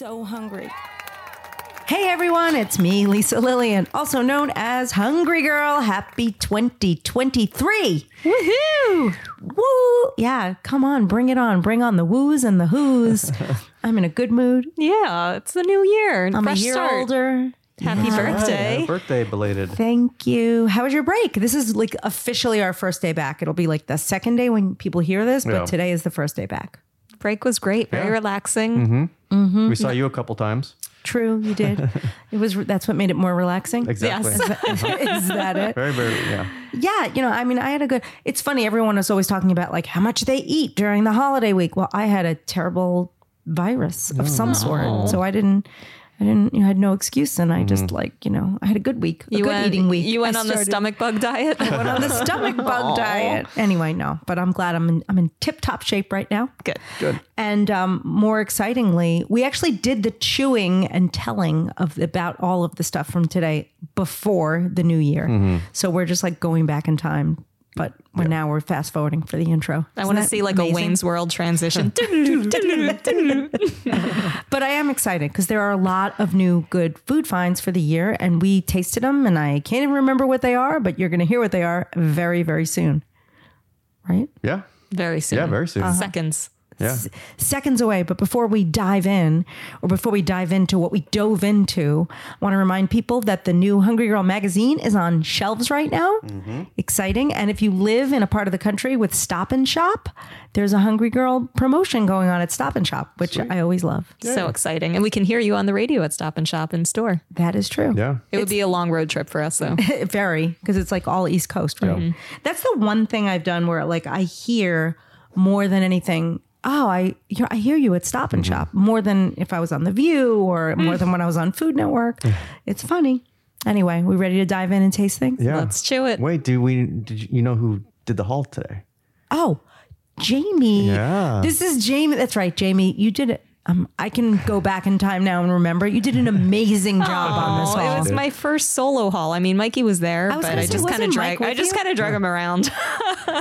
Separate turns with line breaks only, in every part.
hungry.
Hey everyone, it's me, Lisa Lillian, also known as Hungry Girl. Happy 2023.
Woohoo!
Woo! Yeah, come on, bring it on. Bring on the woos and the whoos. I'm in a good mood.
Yeah, it's the new year.
I'm
fresh
a year
start.
older.
Happy birthday.
Happy birthday belated.
Thank you. How was your break? This is like officially our first day back. It'll be like the second day when people hear this, but
Yeah.
today is the first day back.
Break was great, very
Yeah.
relaxing.
Mm-hmm.
Mm-hmm.
We saw you a couple times.
True, you did. it was that's what made it more relaxing.
Exactly.
is that it?
Very, very, yeah.
Yeah, you know, I mean, I had a good. It's funny. Everyone is always talking about like how much they eat during the holiday week. Well, I had a terrible virus of some sort, so I didn't. I didn't. You know, I had no excuse, and I just like you know, I had a good week, a
You
good
went,
eating week.
You went
I
on the
started-
stomach bug diet.
Went on the stomach bug diet. Anyway, no, but I'm glad I'm in, I'm in tip top shape right now.
Good.
Good.
And um, more excitingly, we actually did the chewing and telling of about all of the stuff from today before the new year.
Mm-hmm.
So we're just like going back in time, but we're now we're fast forwarding for the intro.
I
Isn't
want to
that
see like
amazing?
a Wayne's World transition.
But I am excited because there are a lot of new good food finds for the year, and we tasted them, and I can't even remember what they are, but you're going to hear what they are very very soon, right?
Yeah.
very soon.
Yeah, very
Uh-huh.
soon.
Seconds.
Yeah.
seconds away. But before we dive in, or before we dive into what we dove into, I want to remind people that the new Hungry Girl magazine is on shelves right now. Exciting. And if you live in a part of the country with Stop and Shop, there's a Hungry Girl promotion going on at Stop and Shop, which I always love.
So exciting. And we can hear you on the radio at Stop and Shop in store.
That is true.
Yeah.
It would be a long road trip for us, though.
Very, because it's like all East Coast, right? Mm-hmm. That's the one thing I've done where like I hear more than anything. Oh, I you I hear you at Stop
Mm-hmm.
and Shop more than if I was on The View or more than when I was on Food Network. it's funny. Anyway, we ready to dive in and taste things?
Yeah.
Let's chew it.
Wait, do we, did you, you know who did the haul today?
Oh, Jamie.
Yeah.
This is Jamie. That's right, Jamie. You did it. Um, I can go back in time now and remember. You did an amazing job on this
Oh,
haul.
it was my first solo haul. I mean, Mikey was there,
was
but
gonna
I
say,
just kind of
wasn't Mike
drag. I
with
just
you?
kind of drug him around.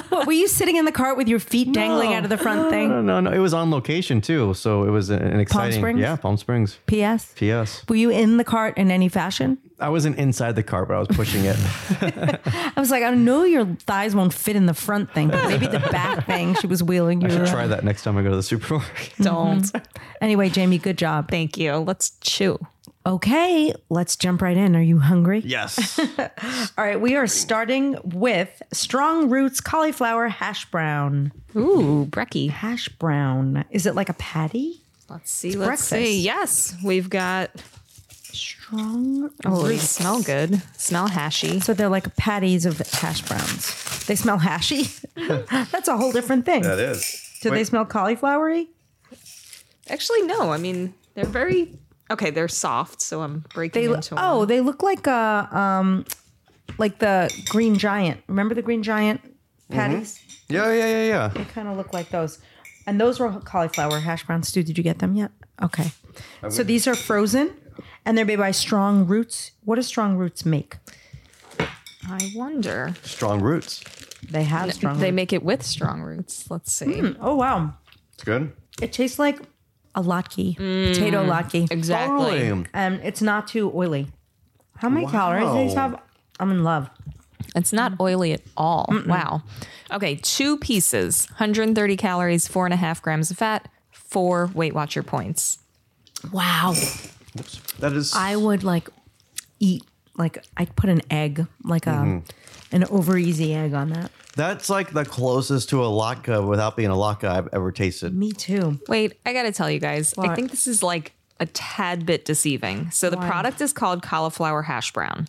What, were you sitting in the cart with your feet dangling
No.
out of the front thing?
No, no, no. It was on location too. So it was an- an exciting.
Springs?
Yeah, Palm Springs.
P.S.
P.S.
Were you in the cart in any fashion?
I wasn't inside the cart, but I was pushing it.
I was like, I know your thighs won't fit in the front thing, but maybe the back thing she was wheeling you.
I should
around.
try that next time I go to the supermarket.
Don't.
Anyway, Jamie, good job.
Thank you. Let's chew.
Okay, let's jump right in. Are you hungry?
Yes.
All right, we are starting with strong roots cauliflower hash brown.
Ooh, brekkie.
Hash brown. Is it like a patty?
Let's see. let's
breakfast.
see. Yes, we've got.
Strong.
Oh, they smell good. Smell hashy.
So they're like patties of hash browns. They smell hashy. That's a whole different thing. Do
is.
they smell cauliflowery?
Actually, no. I mean, they're very okay. They're soft, so I'm breaking
They lo-
into.
oh,
one.
they look like a um, like the Green Giant. Remember the Green Giant patties?
Yeah, yeah, yeah, yeah.
They kind of look like those, and those were cauliflower hash browns. Stu, did you get them yet? Okay, so these are frozen, and they're made by Strong Roots. What does Strong Roots make?
I wonder.
Strong roots.
They have strong.
They make it with strong roots. Let's see.
oh wow,
It's good.
it tastes like a latke, potato latke,
Exactly.
Totally.
and it's not too oily. How many calories do these
Wow.
have? I'm in love.
It's not oily at all. Wow. Okay, two pieces, 130 calories, four and a half grams of fat, four Weight Watcher points.
Wow.
That is.
I would like eat like I'd put an egg, like a an over easy egg on that.
That's like the closest to a latke without being a latke I've ever tasted.
Me too.
Wait, I gotta tell you guys, I
What?
think this is like a tad bit deceiving. So the product is called cauliflower hash brown.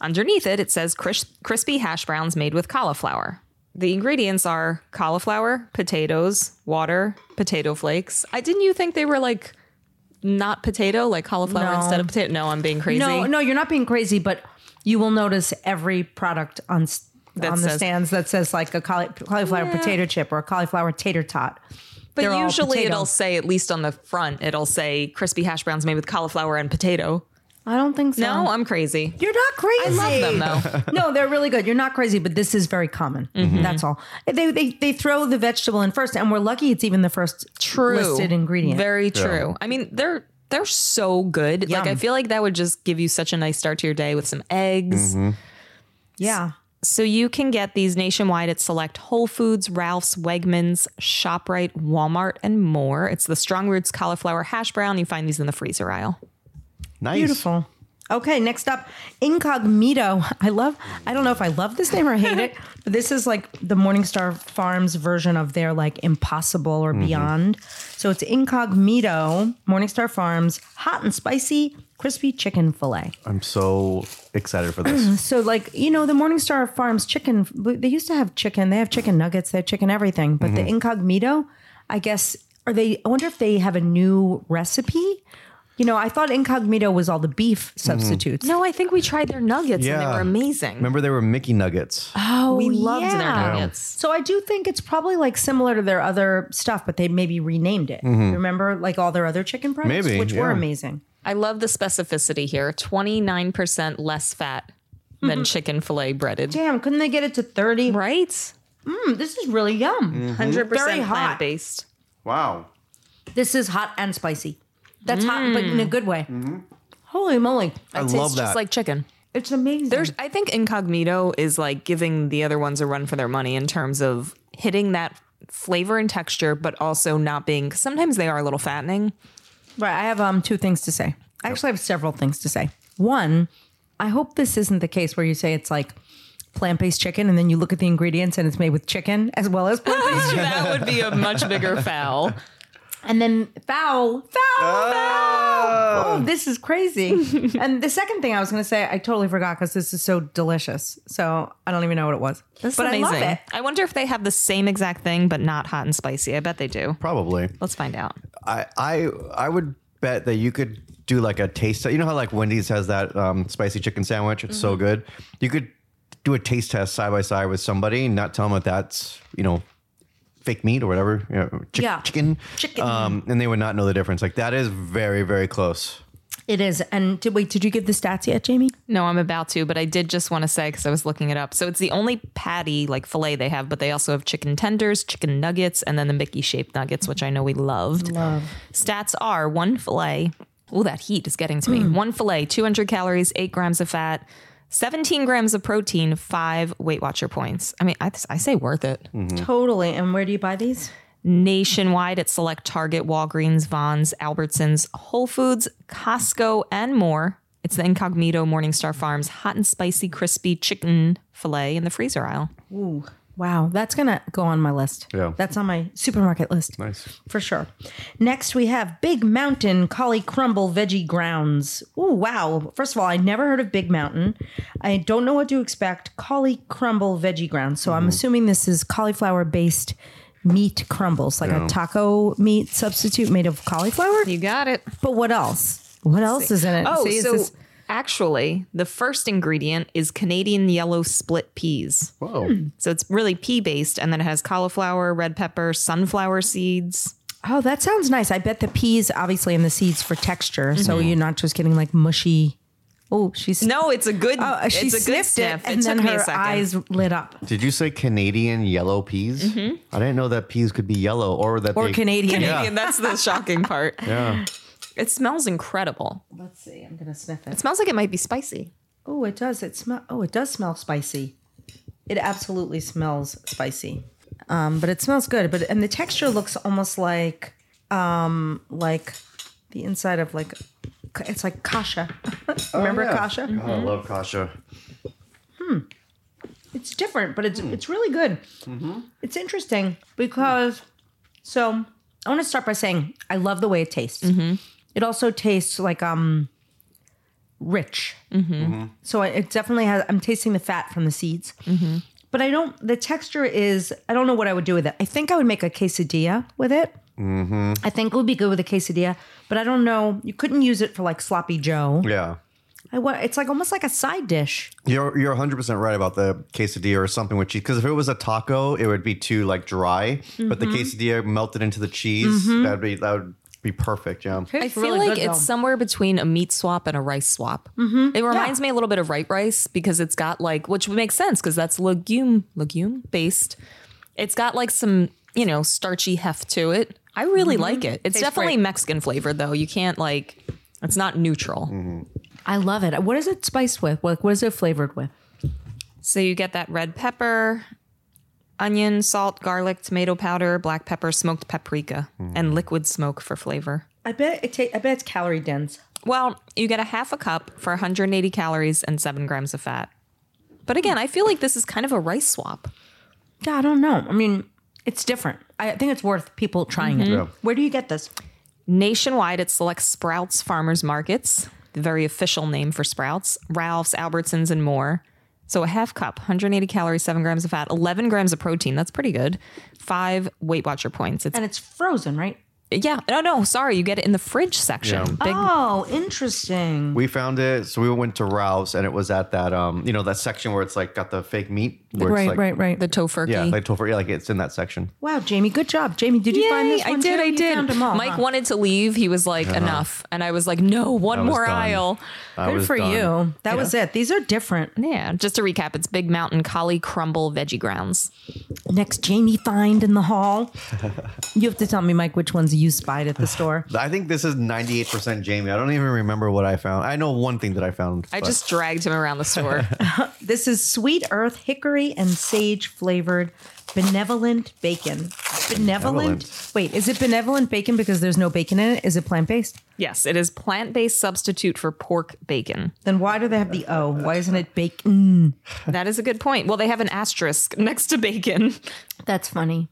Underneath it, it says cris- crispy hash browns made with cauliflower. The ingredients are cauliflower, potatoes, water, potato flakes. I didn't you think they were like not potato, like cauliflower
No.
instead of potato? No, I'm being crazy.
No, no, you're not being crazy, but you will notice every product on s
That
on the
says-
stands that says like a cauli- cauliflower potato chip or a cauliflower tater tot. They're
But
all
usually
potato.
it'll say, at least on the front, it'll say crispy hash browns made with cauliflower and potato.
I don't think so.
No, I'm crazy.
You're not crazy.
I love them though.
no, they're really good. You're not crazy, but this is very common.
Mm-hmm.
That's all. They, they they throw the vegetable in first, and we're lucky it's even the first listed ingredient.
Very true. I mean, they're They're so good. Like
Yum.
I feel like that would just give you such a nice start to your day with some eggs.
Yeah.
So you can get these nationwide at select Whole Foods, Ralph's, Wegmans, ShopRite, Walmart, and more. It's the Strong Roots cauliflower hash brown. You find these in the freezer aisle.
Nice.
Beautiful. Okay, next up, Incognito. I love, I don't know if I love this name or hate it, but this is like the Morningstar Farms version of their like impossible or beyond. So it's Incognito, Morningstar Farms, hot and spicy, crispy chicken filet.
I'm so excited for this.
So, like, you know, the Morningstar Farms chicken, they used to have chicken. They have chicken nuggets, they have chicken everything. But the incognito, I guess, are they, I wonder if they have a new recipe? You know, I thought incognito was all the beef substitutes.
No, I think we tried their nuggets and they
Yeah.
were amazing.
Remember, they were Mickey Nuggets.
Oh,
we loved their
yeah.
nuggets.
So I do think it's probably like similar to their other stuff, but they maybe renamed it. Remember, like all their other chicken products,
Mm-hmm. Maybe,
which were
yeah.
amazing.
I love the specificity here 29% less fat than chicken filet breaded.
Damn, couldn't they get it to thirty?
Right?
Mm, this is really yum.
Mm-hmm.
100%
Very hot.
plant based.
Wow.
This is hot and spicy. That's hot, but
Mm.
in a good way.
Mm-hmm.
Holy moly.
I
It tastes
love that.
just like chicken.
It's amazing.
There's, I think Incognito is like giving the other ones a run for their money in terms of hitting that flavor and texture, but also not being, 'cause sometimes they are a little fattening.
right, I have um two things to say. I actually have several things to say. One, I hope this isn't the case where you say it's like plant-based chicken and then you look at the ingredients and it's made with chicken as well as plant-based
that would be a much bigger foul.
and then foul, foul, foul. Oh, this is crazy. and the second thing I was going to say, I totally forgot because this is so delicious. So I don't even know what it was.
That's
but
amazing.
I love it.
wonder if they have the same exact thing, but not hot and spicy. I bet they do.
Probably.
Let's find out.
I I I would bet that you could do like a taste. test. You know how like Wendy's has that um, spicy chicken sandwich? It's
Mm-hmm.
so good. You could do a taste test side by side with somebody and not tell them that that's you know fake meat or whatever. You know, chick-
Yeah.
chicken.
Chicken.
Um, and they would not know the difference. Like that is very very close.
It is. And did, wait, did you give the stats yet, Jamie?
No, I'm about to, but I did just want to say because I was looking it up. So it's the only patty like filet they have, but they also have chicken tenders, chicken nuggets, and then the Mickey shaped nuggets, which I know we loved. Love. Stats are one filet. Oh, that heat is getting to me. One filet, 200 calories, eight grams of fat, 17 grams of protein, five Weight Watcher points. I mean, I, I say worth it.
Totally. And where do you buy these?
nationwide at select Target, Walgreens, Vons, Albertsons, Whole Foods, Costco, and more. It's the Incognito Morningstar Farms hot and spicy crispy chicken filet in the freezer aisle.
Wow, that's gonna go on my list.
Yeah.
That's on my supermarket list.
Nice.
For sure. Next we have Big Mountain Collie Crumble Veggie Grounds. Ooh, wow. First of all, I never heard of Big Mountain. I don't know what to expect. Collie Crumble Veggie Grounds. So
Mm-hmm.
I'm assuming this is cauliflower based meat crumbles, like a taco meat substitute made of cauliflower.
You got it.
But what else? What else is in it?
Oh,
See, is
so
this-
actually, the first ingredient is Canadian yellow split peas.
Whoa.
Hmm.
So it's really pea based, and then it has cauliflower, red pepper, sunflower seeds.
Oh, that sounds nice. I bet the peas, obviously, and the seeds for texture. So you're not just getting like mushy. Oh, she's
Mm-hmm. No, it's a good.
Oh, she
it's a good
sniffed
sniff.
it, and
took
then
me a
her
second.
eyes lit up.
Did you say Canadian yellow peas? I didn't know that peas could be yellow or that
Mm-hmm. Or
they-
Canadian.
Canadian. That's the shocking part.
Yeah.
It smells incredible.
Let's see. I'm gonna sniff
It
it.
smells like it might be spicy.
Oh, it does. It smell. Oh, it does smell spicy. It absolutely smells spicy. Um, but it smells good. But and the texture looks almost like, um, like the inside of like, it's like kasha. Remember
Oh, yeah.
kasha? Mm-hmm.
God, I love kasha.
it's different, but it's it's really good. It's interesting because so I want to start by saying I love the way it tastes. It also tastes like um rich. So I- it definitely has. I'm tasting the fat from the seeds, but I don't. The texture is. I don't know what I would do with it. I think I would make a quesadilla with it. I think it would be good with a quesadilla, but I don't know. You couldn't use it for like sloppy Joe.
Yeah.
I wa- it's like almost like a side dish.
You're you're 100 percent right about the quesadilla or something with cheese. Because if it was a taco, it would be too like dry. But
Mm-hmm.
the quesadilla melted into the cheese. That'd be that would be perfect. Yeah.
I feel like it's somewhere between a meat swap and a rice swap. It reminds me a little bit of right rice because it's got like, which would make sense because that's legume legume based. It's got like some you know starchy heft to it. I really like it. It's
Tastes
definitely
great.
Mexican flavored though. You can't like it's not neutral.
I love it. What is it spiced with? What, what is it flavored with?
So you get that red pepper, onion, salt, garlic, tomato powder, black pepper, smoked paprika, and liquid smoke for flavor.
I bet it. Ta- I bet it's calorie dense.
Well, you get a half a cup for 180 calories and 7 grams of fat. But again, I feel like this is kind of a rice swap.
Yeah, I don't know. I mean, it's different. I think it's worth people trying it.
Yeah.
Where do you get this?
Nationwide at select Sprouts farmers markets, the very official name for Sprouts, Ralph's, Albertsons, and more. So a half cup, 180 calories, 7 grams of fat, 11 grams of protein. That's pretty good. Five Weight Watcher points. It's
And it's frozen, right?
Yeah. No, no. Sorry. You get it in the fridge section. Big,
Oh, interesting.
We found it, so we went to Ralph's, and it was at that um, you know, that section where it's like got the fake meat. Where it's
Right,
like,
right, right.
the tofurkey.
Yeah, like tofurkey, yeah, like it's in that section.
wow, Jamie, good job. Jamie, did you find
Yay,
this?
I
one
did.
too?
I
You
did.
found 'em all,
Mike
huh?
wanted to leave. He was like, enough. And I was like, no, one
Uh-huh. was
more
done.
aisle.
I
Good
was
for
done.
you. That was it. These are different.
Yeah. Just to recap, it's Big Mountain Collie Crumble Veggie Grounds.
Next, Jamie find in the hall. you have to tell me, Mike, which ones you spied at the store.
I think this is 98% Jamie. I don't even remember what I found. I know one thing that I found.
I
but-
just dragged him around the store.
This is sweet earth, hickory, and sage flavored benevolent bacon. Benevolent.
Benevolent.
Wait, is it benevolent bacon because there's no bacon in it? Is it plant based?
yes. It is plant based substitute for pork bacon.
Then why do they have the O? Why isn't it bacon?
That is a good point. Well, they have an asterisk next to bacon.
That's funny.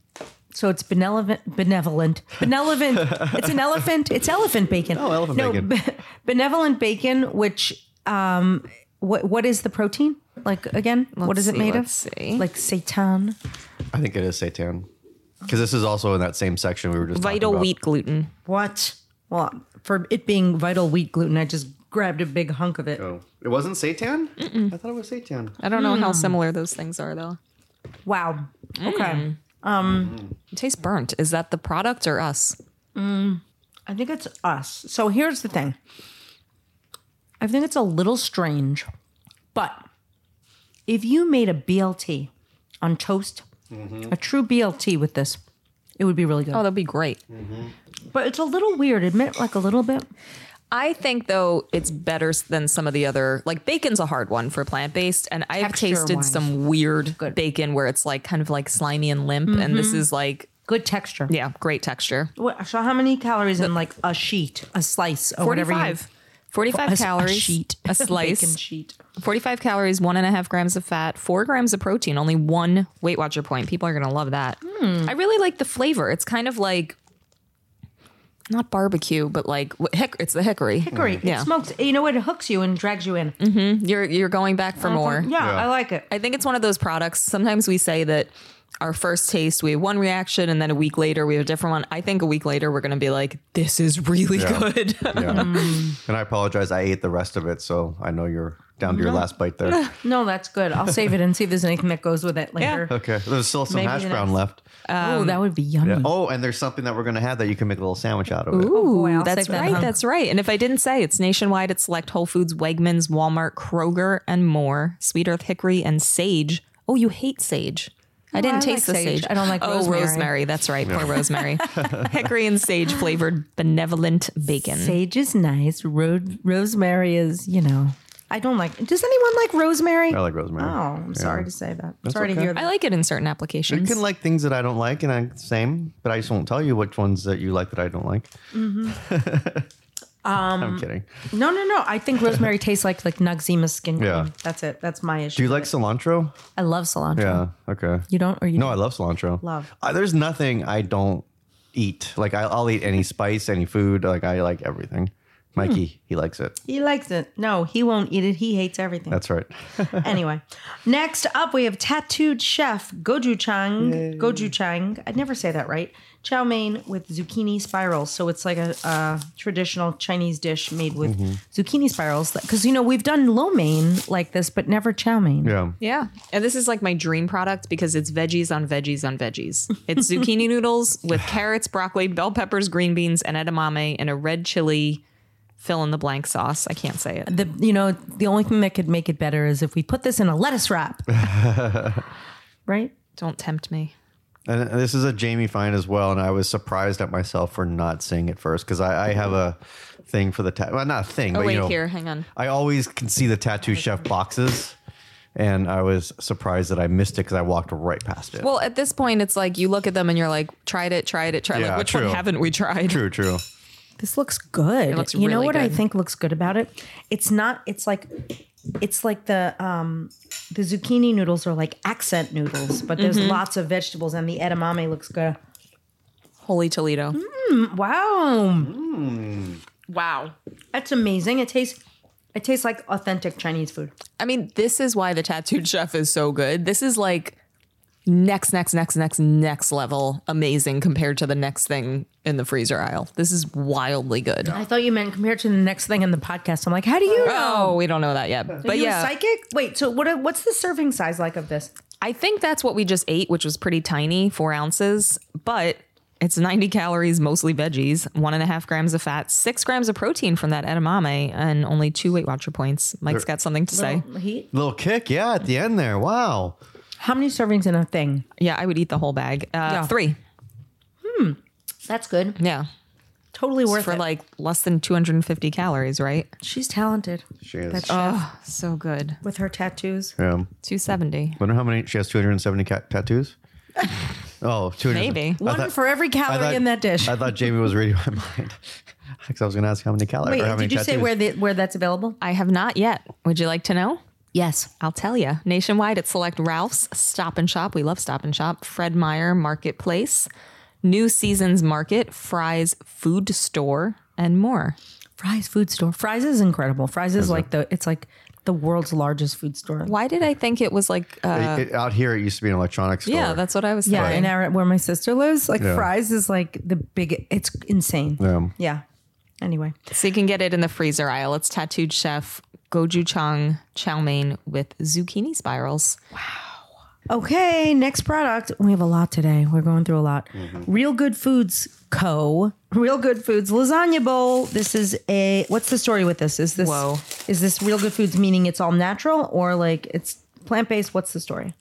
So it's benevolent, benevolent, benevolent. it's an elephant. It's elephant bacon.
Oh, elephant bacon.
benevolent bacon. Which, um, what what is the protein like again? what is it
see,
made
let's
of?
see.
Like seitan.
I think it is seitan. Because this is also in that same section we were just talking
Vital
about.
wheat gluten.
What? Well, for it being vital wheat gluten, I just grabbed a big hunk of it.
Oh, it wasn't seitan. I thought it was seitan.
I don't know how similar those things are, though.
Wow.
Mm.
Okay.
It tastes burnt. Is that the product or us?
I think it's us. So here's the thing. I think it's a little strange, but if you made a BLT on toast, a true BLT with this, it would be really good.
Oh, that'd be great.
But it's a little weird, admit, like a little bit.
I think though it's better s- than some of the other like bacon's a hard one for plant based, and I've tasted
Texture-wise.
some weird bacon where it's like kind of like slimy and limp, and this is like
Good texture.
yeah, great texture.
What, so how many calories in like a sheet, a slice, or
Forty
whatever? you-
five. 45
a,
calories,
a sheet,
a
bacon
slice,
sheet.
45 calories, one and a half grams of fat, four grams of protein, only one Weight Watcher point. People are going to love that.
Hmm.
I really like the flavor. It's kind of like, not barbecue, but like, wh- hick- it's the hickory.
Hickory. It
Yeah.
smokes. You know what? It hooks you and drags you in.
Hmm. You're, you're going back for more.
Mm-hmm. Uh-huh. Yeah,
Yeah.
I like it.
I think it's one of those products. Sometimes we say that our first taste, we have one reaction, and then a week later, we have a different one. I think a week later, we're going to be like, this is really
Yeah.
good.
Yeah. and I apologize. I ate the rest of it, so I know you're down
Mm-hmm.
to your last bite there.
No, that's good. I'll save it and see if there's anything that goes with it later.
okay. There's still some
Maybe
hash
the
brown
next-
left.
oh, that would be yummy.
Oh, and there's something that we're gonna have that you can make a little sandwich out of it.
Ooh,
boy, I'll
that's
save that
right.
hunk.
That's right. And if I didn't say, it's nationwide at select Whole Foods, Wegmans, Walmart, Kroger, and more. Sweet Earth Hickory and Sage. Oh, you hate sage. I didn't
Oh, I
taste
like
the
sage.
sage.
I don't like
oh,
rosemary.
rosemary. That's right. Poor rosemary. Hickory and sage flavored benevolent bacon.
Sage is nice. Ro- rosemary is, you know. I don't like. Does anyone like rosemary?
I like rosemary.
Oh, I'm sorry to say that. sorry to
okay.
hear
I
that.
like it in certain
You
applications.
can like things that I don't like, and I same, but I just won't tell you which ones that you like that I don't like.
Mm-hmm. Um,
I'm kidding.
No, no, no. I think rosemary tastes like like Noxzema skin cream.
Yeah.
That's it. That's my issue.
Do you like cilantro?
I love cilantro.
Yeah. Okay.
You don't, or you
No, I love cilantro.
Love.
Uh, there's nothing I don't eat. Like I, I'll eat any spice, any food. Like I like everything. Mikey,
Hmm.
he likes it.
He likes it. No, he won't eat it. He hates everything.
That's right.
anyway, next up we have tattooed chef gochujang. Gochujang. I'd never say that right. Chow mein with zucchini spirals. So it's like a, uh traditional Chinese dish made with zucchini spirals. Because you know we've done lo mein like this, but never chow mein.
Yeah.
Yeah. And this is like my dream product because it's veggies on veggies on veggies. It's zucchini noodles with carrots, broccoli, bell peppers, green beans, and edamame in a red chili fill in the blank sauce. I can't say it.
The you know the only thing that could make it better is if we put this in a lettuce wrap, right?
Don't tempt me.
And and this is a Jamie find as well, and I was surprised at myself for not seeing it first because I, I have a thing for the tattoo. Well, not a thing,
Oh,
but
wait,
you know,
here. Hang on.
I always can see the tattoo chef boxes, and I was surprised that I missed it because I walked right past it.
Well, at this point, it's like you look at them and you're like, tried it, tried it, tried it.
Yeah,
Like, which
true.
one haven't we tried?
true, true.
This looks good.
It looks
you know
really
what I
good.
think looks good about it? It's not. It's like, it's like the um, the zucchini noodles are like accent noodles, but there's lots of vegetables and the edamame looks good.
Holy Toledo.
Wow,
Wow.
that's amazing. It tastes. It tastes like authentic Chinese food.
I mean, this is why the tattooed chef is so good. This is like next, next, next, next, next level amazing compared to the next thing in the freezer aisle. This is wildly good.
I thought you meant compared to the next thing in the podcast. I'm like, how do you know?
Oh, we don't know that yet. But
Are you a
yeah,
psychic? Wait, so what? What's the serving size like of this?
I think that's what we just ate, which was pretty tiny, four ounces, but it's 90 calories, mostly veggies, one and a half grams of fat, six grams of protein from that edamame, and only two Weight Watcher points. Mike's got something to say.
He,
Little kick, yeah, at the end there. Wow.
how many servings in a thing?
Yeah, I would eat the whole bag. Uh,
Yeah.
Three.
That's good.
Yeah.
Totally worth
For
it.
like less than 250 calories, right?
She's talented
She is.
That's-
Oh, so good.
with her tattoos.
yeah.
270.
Wonder how many she has 270 cat- tattoos? Oh, 200.
Maybe.
I
One
thought-
for every
I
calorie
thought-
in that dish.
I thought Jamie was reading my mind. Because I was going to ask how many calories.
Wait,
or how many
did you say
tattoos.
where the, where that's available?
I have not yet. Would you like to know?
Yes.
I'll tell you. Nationwide at select Ralph's, Stop and Shop. We love Stop and Shop. Fred Meyer Marketplace, New Seasons Market, Fry's Food Store, and more.
Fry's food store. Fry's is incredible. Fry's is like the it's like the world's largest food store.
Why did I think it was like? Uh,
It- it- out here, it used to be an electronics store.
yeah, that's what I was
Yeah,
thinking.
in our, where my sister lives, like Fry's is like the big. It's insane.
Yeah.
Yeah. Anyway,
So you can get it in the freezer aisle. It's Tattooed Chef Gochujang Chow Mein with zucchini spirals.
okay. Next product. We have a lot today. We're going through a lot. Real Good Foods Co. Real Good Foods lasagna bowl. This is a. What's the story with this? Is this
Whoa.
is this Real Good Foods meaning it's all natural or like it's plant based? What's the story?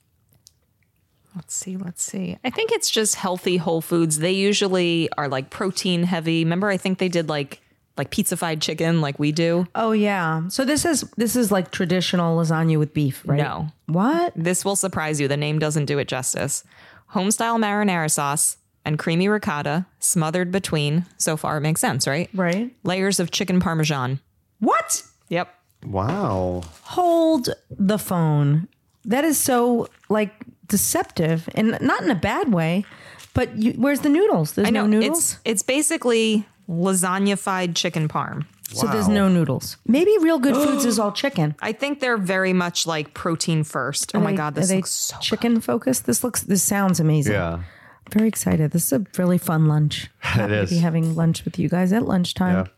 Let's see, let's see. I think it's just healthy whole foods. They usually are like protein heavy. Remember, I think they did like like pizzified chicken, like we do.
Oh yeah. So this is this is like traditional lasagna with beef, right?
No.
What?
This will surprise you. The name doesn't do it justice. Homestyle marinara sauce and creamy ricotta smothered between. So far, it makes sense, right?
Right.
Layers of chicken parmesan.
What?
Yep.
Wow.
Hold the phone. That is so like deceptive and not in a bad way, but you, where's the noodles? There's
I know.
no noodles.
it's it's basically lasagnified chicken parm.
So there's no noodles. Maybe real good foods is all chicken. Oh
I think they're very much like protein first. Oh my
Like,
god,
are
this
they
looks so
chicken focused. This looks this sounds amazing.
Yeah.
Very excited. This is a really fun lunch. Happy to
is.
be having lunch with you guys at lunchtime.
Yeah.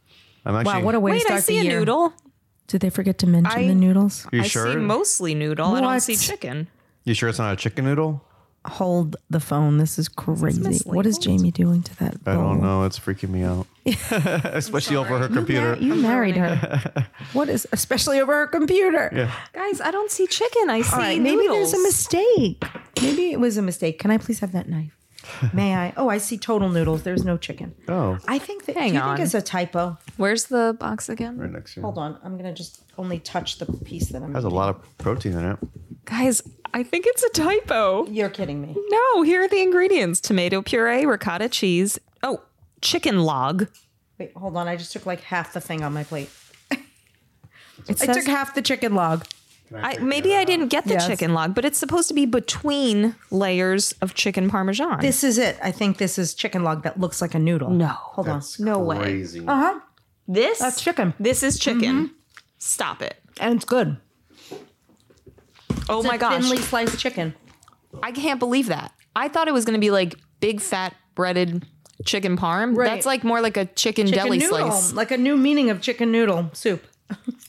I'm actually.
Wow, what a way
Wait,
to start
I see
the
a
year.
noodle.
Did they forget to mention the noodles?
You
I
sure?
see mostly noodle. I don't
What?
see chicken.
you sure it's not a chicken noodle?
Hold the phone. This is crazy. What is Jamie doing to that?
I don't know. It's freaking me out. Especially over her computer.
You married her. What is especially over her computer?
Guys, I don't see chicken. I see
All right,
noodles.
maybe there's a mistake. Maybe it was a mistake. Can I please have that knife? May I? Oh, I see total noodles. There's no chicken.
Oh.
I think that.
Hang
do you
on.
think it's a typo?
Where's the box again?
Right next to you.
Hold on. I'm gonna just only touch the piece that I'm.
Has a lot of protein in it.
Guys, I think it's a typo.
You're kidding me.
No, here are the ingredients tomato puree, ricotta cheese. Oh, chicken log.
Wait, hold on. I just took like half the thing on my plate.
It
I took half the chicken log.
I, maybe I didn't get the
Yes.
chicken log, but it's supposed to be between layers of chicken parmesan.
This is it. I think this is chicken log that looks like a noodle.
no,
Hold on.
no way.
Crazy.
Uh-huh.
This
That's chicken.
This is chicken. Stop it.
And Mm-hmm. it's good.
Oh
It's
my
a
gosh,
Thinly sliced chicken.
I can't believe that. I thought it was going to be like big fat breaded chicken parm.
Right.
That's like more like a chicken,
Chicken
deli
noodle.
slice.
Like a new meaning of chicken noodle soup.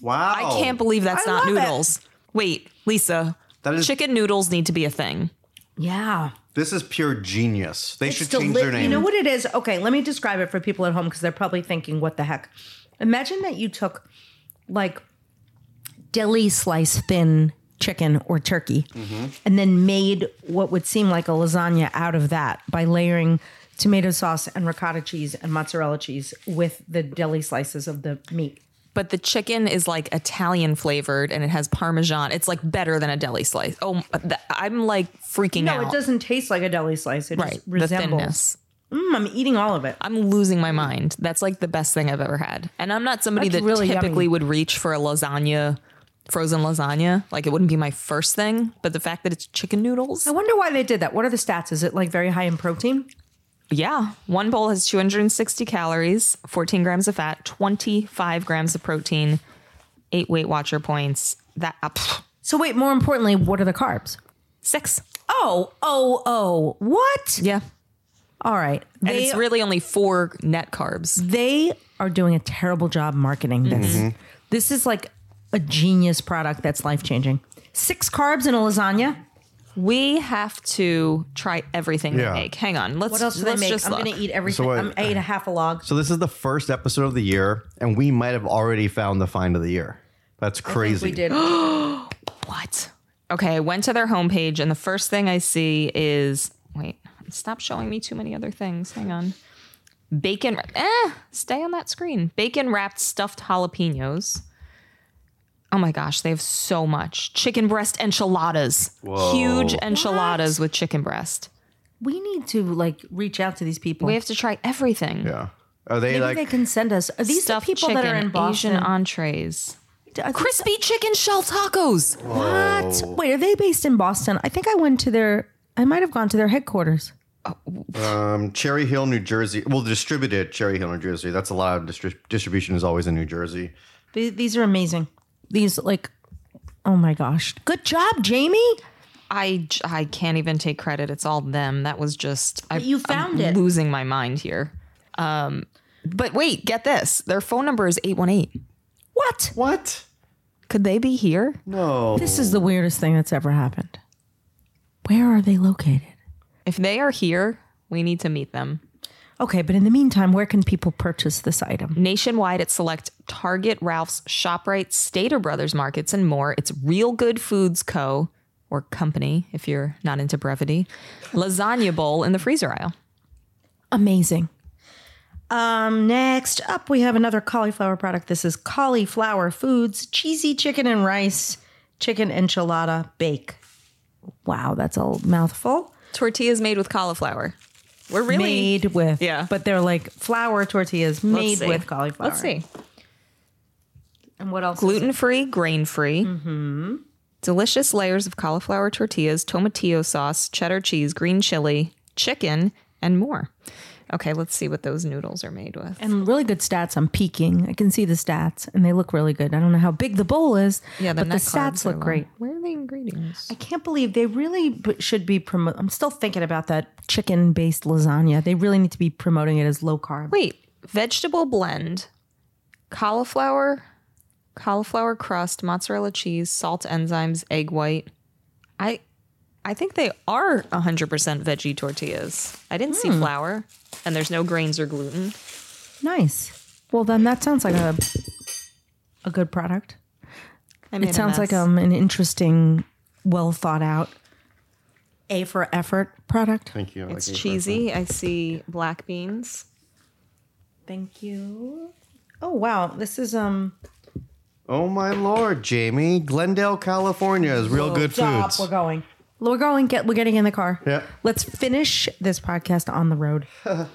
Wow.
I can't believe that's
I
not
love it.
noodles. Wait, Lisa.
That is-
chicken noodles need to be a thing.
Yeah.
This is pure genius. They should change their name.
You know what it is? Okay, let me describe it for people at home because they're probably thinking, what the heck? Imagine that you took like deli slice thin chicken or turkey,
Mm-hmm.
and then made what would seem like a lasagna out of that by layering tomato sauce and ricotta cheese and mozzarella cheese with the deli slices of the meat.
But the chicken is like Italian flavored and it has Parmesan. It's like better than a deli slice. Oh, th- I'm like freaking
No,
out.
it doesn't taste like a deli slice. It
Right.
just
The
resembles.
thinness.
Mm, I'm eating all of it.
I'm losing my mind. That's like the best thing I've ever had. And I'm not somebody
That's
that
really
typically
yummy.
would reach for a lasagna, frozen lasagna. Like it wouldn't be my first thing, but the fact that it's chicken noodles.
I wonder why they did that. What are the stats? Is it like very high in protein?
Yeah. One bowl has 260 calories, 14 grams of fat, 25 grams of protein, eight Weight Watcher points. That uh, pff,
So wait, more importantly, what are the carbs?
six.
Oh, oh, oh. What?
Yeah.
All right.
And
They
it's really only four net carbs.
they are doing a terrible job marketing this.
Mm-hmm.
This is like a genius product that's life changing. Six carbs in a lasagna.
We have to try everything
Yeah.
they make. Hang on. Let's
What else do they
let's
make?
just
I'm
look.
going to eat everything.
So what-
I'm, I ate a half a log.
So this is the first episode of the year, and we might have already found the find of the year. That's crazy.
We did.
What? Okay, I went to their homepage and the first thing I see is wait, stop showing me too many other things. Hang on. Bacon eh, stay on that screen. Bacon wrapped stuffed jalapenos. Oh my gosh, they have so much. Chicken breast enchiladas. Huge enchiladas with chicken breast.
we need to like reach out to these people.
We have to try everything.
Yeah. Are they
Maybe
like?
they can send us. Are these the
Stuffed
people
chicken,
that are in Boston?
Asian entrees.
I think-
Crispy chicken shell tacos.
What? Wait, are they based in Boston? I think I went to their. I might have gone to their headquarters.
Um, Cherry Hill, New Jersey. Well, distributed Cherry Hill, New Jersey. That's a lot of distri- distribution is always in New Jersey.
Th- These are amazing. These like, oh my gosh, good job, Jamie.
I, j- I can't even take credit. It's all them. That was just I,
you found
I'm
it.
Losing my mind here. Um, but wait, get this. Their phone number is eight one eight.
What?
What?
Could they be here?
No.
This is the weirdest thing that's ever happened. Where are they located?
If they are here, we need to meet them.
Okay, but in the meantime, where can people purchase this item?
Nationwide at select Target, Ralph's, Shoprite, Stater Brothers markets, and more. It's Real Good Foods Co. or company if you're not into brevity. Lasagna bowl in the freezer aisle.
Amazing. Um, next up, we have another cauliflower product. This is Cauliflower Foods Cheesy Chicken and Rice Chicken Enchilada Bake. Wow, that's a mouthful.
Tortillas made with cauliflower. We're really
Made with,
Yeah.
but they're like flour tortillas
Let's
made
see.
with cauliflower.
Let's see.
And what else? is
gluten free, grain free. Mm-hmm. Delicious layers of cauliflower tortillas, tomatillo sauce, cheddar cheese, green chili, chicken, and more. Okay, let's see what those noodles are made with.
And really good stats. I'm peeking. I can see the stats, and they look really good. I don't know how big the bowl is, but the
net carbs
stats
are
look
low.
great.
Where are the ingredients?
I can't believe they really b- should be promoting. I'm still thinking about that chicken based lasagna. They really need to be promoting it as low carb.
Wait, vegetable blend, cauliflower, cauliflower crust, mozzarella cheese, salt enzymes, egg white. I I think they are 100% veggie tortillas. I didn't see flour and there's no grains or gluten.
Nice. Well, then that sounds like a a good product.
I made
It
a
sounds like
mess.
um an interesting, well thought out, a for effort product.
Thank you.
It's cheesy. I see black beans.
Thank you. Oh wow, this is um
Oh my lord, Jamie! Glendale, California is real good
Stop,
foods.
We're going. We're going. Get. We're getting in the car.
Yeah.
Let's finish this podcast on the road.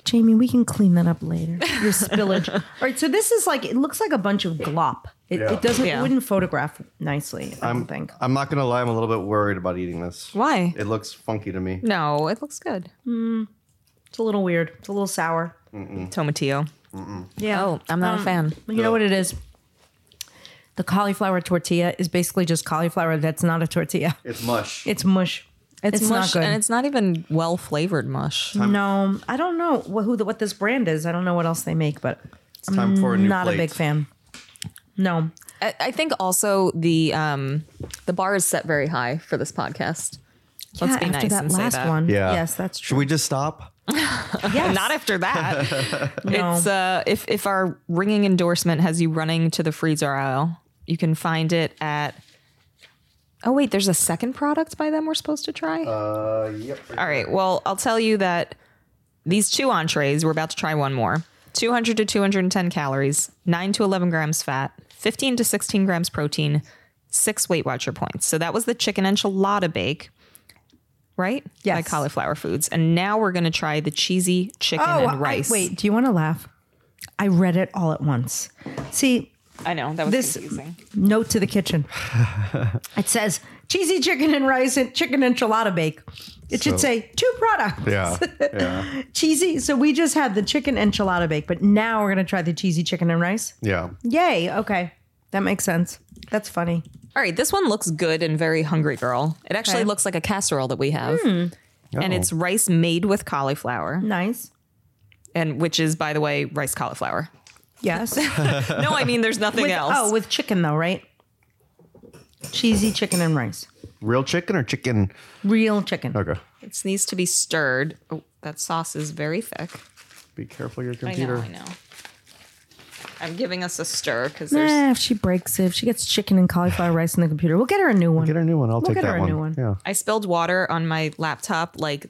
Jamie, we can clean that up later. Your spillage. All right. So this is like it looks like a bunch of glop. It,
Yeah.
it doesn't.
Yeah.
It wouldn't photograph nicely. I don't think.
I'm not gonna lie, I'm a little bit worried about eating this.
Why?
It looks funky to me.
No, it looks good.
It's a little weird. It's a little sour.
Tomatillo.
Yeah.
Oh, I'm not a fan.
You know what it is. The cauliflower tortilla is basically just cauliflower that's not a tortilla.
It's mush.
It's mush. It's, not
mush,
good.
and it's not even well flavored mush.
no, I don't know what, who the, what this brand is. I don't know what else they make, but
It's time for a new
not
plate.
a big fan. No.
I, I think also the um the bar is set very high for this podcast. Let's be
after
nice
that
and
last
say that.
one.
Yeah.
Yes, that's
Should
true.
we just stop?
yes.
Not after that. It's uh if if our ringing endorsement has you running to the freezer aisle, you can find it at Oh wait, there's a second product by them we're supposed to try.
Uh, yep.
All right. Well, I'll tell you that these two entrees, we're about to try one more 200 to 210 calories, 9 to 11 grams fat, 15 to 16 grams protein, six Weight Watcher points. So that was the chicken enchilada bake, right?
Yes.
By cauliflower foods. And now we're going to try the cheesy chicken
Oh,
and rice.
I, wait. Do you want to laugh? I read it all at once. See,
I know. That was
This-
confusing.
note to the kitchen. it says cheesy chicken and rice and chicken enchilada bake. It should
So-
say two products.
Yeah. Yeah.
Cheesy. So we just had the chicken enchilada bake, but now we're going to try the cheesy chicken and rice.
Yeah.
Yay. Okay. That makes sense. That's funny.
All right. This one looks good and very hungry, girl. It actually
Okay. Hmm.
looks like a casserole that we have. And
Oh.
it's rice made with cauliflower,
Nice.
and which is, by the way, rice cauliflower.
Yes.
No, I mean, there's nothing
With-
else.
Oh, with chicken though, right? Cheesy chicken and rice.
real chicken or chicken.
Real chicken.
Okay.
It needs to be stirred. Oh, that sauce is very thick.
Be careful of your
I know,
computer.
I know. I'm giving us a stir because there's.
Nah, if she breaks it, if she gets chicken and cauliflower rice in the computer, we'll get her a new one.
Get her a new one. I'll
We'll
take
get
that
her a
one.
new one.
Yeah.
I spilled water on my laptop like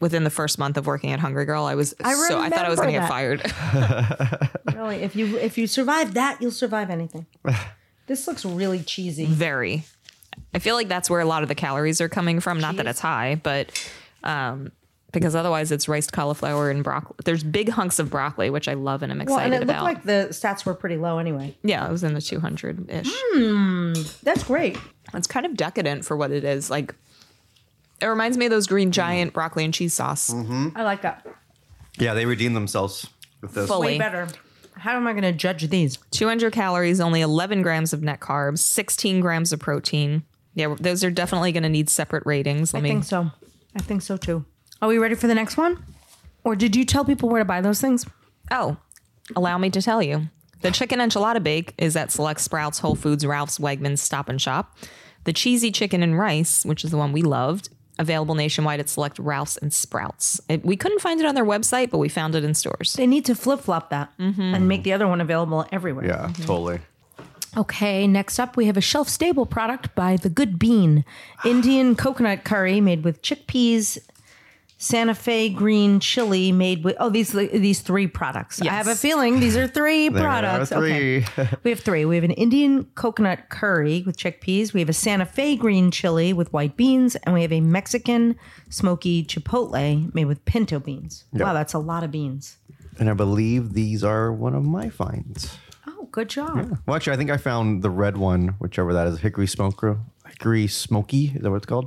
within the first month of working at Hungry Girl. I was
I
so I thought I was gonna get
remember
fired.
Really, if you if you survive that, you'll survive anything. this looks really cheesy.
Very. I feel like that's where a lot of the calories are coming from. Not that it's high, but um, because otherwise it's riced cauliflower and broccoli. There's big hunks of broccoli, which I love and I'm
Well,
excited
and it looked
about.
like the stats were pretty low anyway.
yeah, it was in the 200 ish.
That's great.
It's kind of decadent for what it is. Like, it reminds me of those green giant broccoli and cheese sauce.
I like that.
Yeah, they redeem themselves with this.
Full-
Way better. How am I going to judge these?
200 calories, only 11 grams of net carbs, 16 grams of protein. Yeah, those are definitely going to need separate ratings. Let
I
me.
think so. I think so too. Are we ready for the next one? Or did you tell people where to buy those things?
Oh, allow me to tell you. The chicken enchilada bake is at Select Sprouts, Whole Foods, Ralph's, Wegmans, Stop and Shop. The cheesy chicken and rice, which is the one we loved, available nationwide at Select Ralph's and Sprouts. It, we couldn't find it on their website, but we found it in stores.
They need to flip flop that and make the other one available everywhere.
Yeah,
Mm-hmm.
totally.
Okay, next up we have a shelf stable product by The Good Bean Indian coconut curry made with chickpeas, Santa Fe green chili made with oh these these three products. I have a
Yes.
feeling these are three products.
are
Okay. we have three. We have an Indian coconut curry with chickpeas, we have a Santa Fe green chili with white beans, and we have a Mexican smoky chipotle made with pinto beans. Wow, that's a lot of beans.
And I believe these are one of my finds.
Oh, good job.
Well, actually, I think I found the red one, whichever that is, hickory smoker, hickory smoky. Is that what it's called?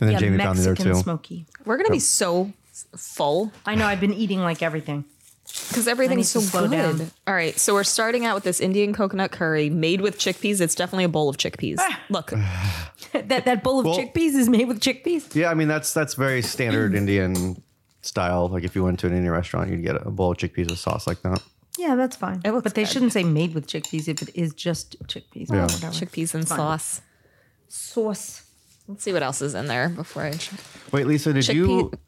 And then
Yeah,
Jamie
Mexican
found the other two.
smoky.
We're going to be so full
I know I've been eating like everything.
because everything's so
need to slow
good.
down.
All right, so we're starting out with this Indian coconut curry made with chickpeas. It's definitely a bowl of chickpeas.
Ah.
Look,
that that bowl of chickpeas is made with chickpeas.
Yeah, I mean that's that's very standard
Mm.
Indian style. Like if you went to an Indian restaurant, you'd get a bowl of chickpeas with sauce like that.
Yeah, that's fine.
looks
but they
good.
shouldn't say made with chickpeas if it is just chickpeas.
Yeah.
Whatever.
chickpeas and sauce.
sauce.
Let's see what else is in there before I try.
Wait, Lisa, did you
Chickpea-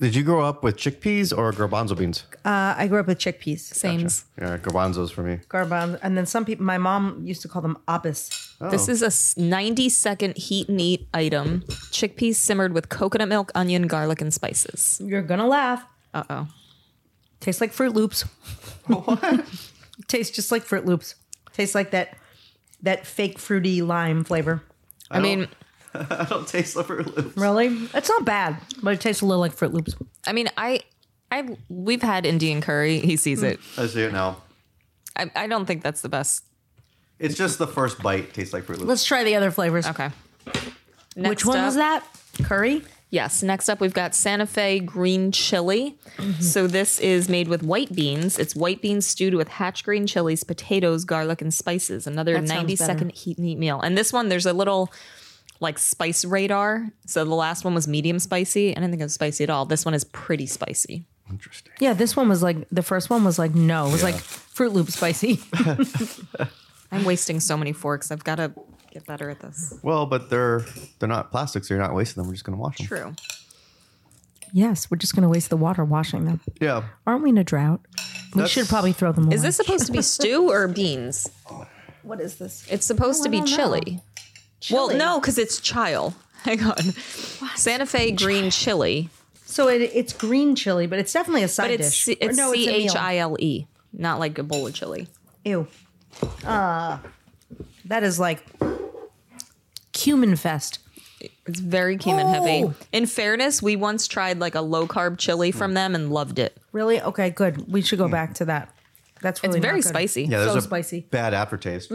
did you grow up with chickpeas or garbanzo beans?
Uh, I grew up with chickpeas,
Sames.
Yeah, garbanzos for me.
garbanzo, and then some people. My mom used to call them abbas.
This is a s- 90 second heat and eat item. Chickpeas simmered with coconut milk, onion, garlic, and spices.
You're gonna laugh.
Uh oh.
Tastes like Fruit Loops. Tastes just like Fruit Loops. Tastes like that that fake fruity lime flavor.
I, mean,
I don't taste the Fruit Loops.
Really, it's not bad, but it tastes a little like Fruit Loops.
I mean, I, I, we've had Indian curry. He sees it.
I see it now.
I, I don't think that's the best.
It's just the first bite tastes like Fruit Loops.
Let's try the other flavors.
Okay.
Which
Next
one
up-
was that? Curry.
Yes. Next up, we've got Santa Fe green chili. So this is made with white beans. It's white beans stewed with hatch green chilies, potatoes, garlic, and spices. Another
That sounds
90 second heat and eat meal. And this one, there's a little like spice radar. So the last one was medium spicy. I didn't think it was spicy at all. This one is pretty spicy.
Interesting.
Yeah, this one was like the first one was like no, it was like Fruit Loop spicy.
I'm wasting so many forks. I've got to get better at this.
Well, but they're they're not plastic, so you're not wasting them. We're just gonna wash them.
True.
yes, we're just gonna waste the water washing them.
Yeah.
Aren't we in a drought?
That's-
we should probably throw them. Away.
Is this supposed to be stew or beans?
what is this?
It's supposed
Oh,
to
I
be
don't know.
chili. Well, no, because it's chile. Hang on. Santa Fe green chili,
So it, it's green chili, but it's definitely a side
but it's
dish.
C-
Or
it's
no,
C
a meal.
H I L E, not like a bowl of chili.
Ew. Uh, that is like cumin fest.
It's very cumin
Oh.
heavy. In fairness, we once tried like a low carb chili
Hmm.
from them and loved it.
Really? Okay, good. We should go back to that. That's really
It's very
Oh, not good.
spicy.
Yeah, there's
So
a
spicy. Mm.
bad aftertaste.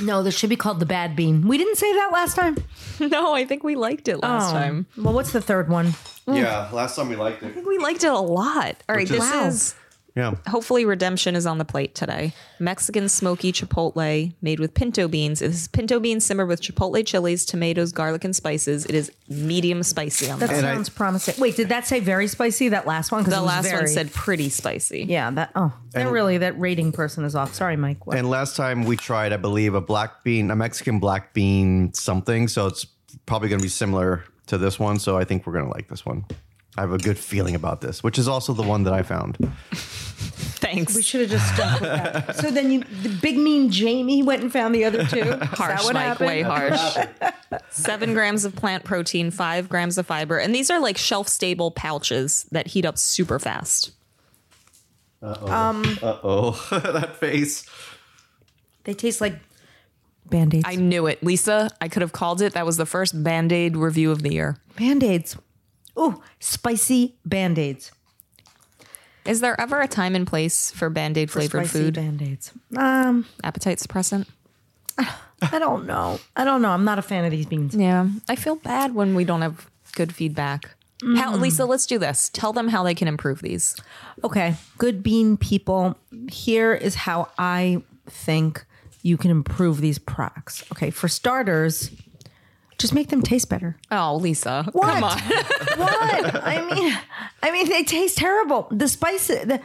No, this should be called the bad bean. We didn't say that last time.
No, I think we liked it last
Oh.
time.
Well, what's the third one?
Yeah,
Mm.
last time we liked it.
We liked it a lot. All right,
is-
this
Wow.
is
Yeah.
hopefully redemption is on the plate today. Mexican smoky chipotle made with pinto beans. This is pinto beans simmered with chipotle chilies, tomatoes, garlic, and spices. It is medium spicy on
That
the
And I-
sounds promising. Wait, did that say very spicy? That last one? 'Cause it
The
was
last one
very-
said pretty spicy.
Yeah, that. Oh, that really, that rating person is off. Sorry, Mike. What?
And last time we tried, I believe, a black bean, a Mexican black bean something. So it's probably going to be similar to this one. So I think we're going to like this one. I have a good feeling about this, which is also the one that I found.
Thanks.
We should have just stuck with that. So then you, the big mean Jamie went and found the other two.
harsh,
what
Mike.
happened?
Way harsh. Seven grams of plant protein, five grams of fiber, and these are like shelf stable pouches that heat up super fast.
Uh oh, that face.
They taste like band aids.
I knew it, Lisa. I could have called it. That was the first Band Aid review of the year.
Band aids. Ooh, spicy band aids.
Is there ever a time and place for Band Aid flavored
spicy
food?
Band aids. Um,
Appetite suppressant?
I don't know. I don't know. I'm not a fan of these beans.
Yeah. I feel bad when we don't have good feedback. How, Lisa, let's do this. Tell them how they can improve these.
Okay, good bean people. Here is how I think you can improve these products. Okay, for starters, just make them taste better.
Oh, Lisa.
What?
Come on.
what? I mean, I mean, they taste terrible. The spice, the,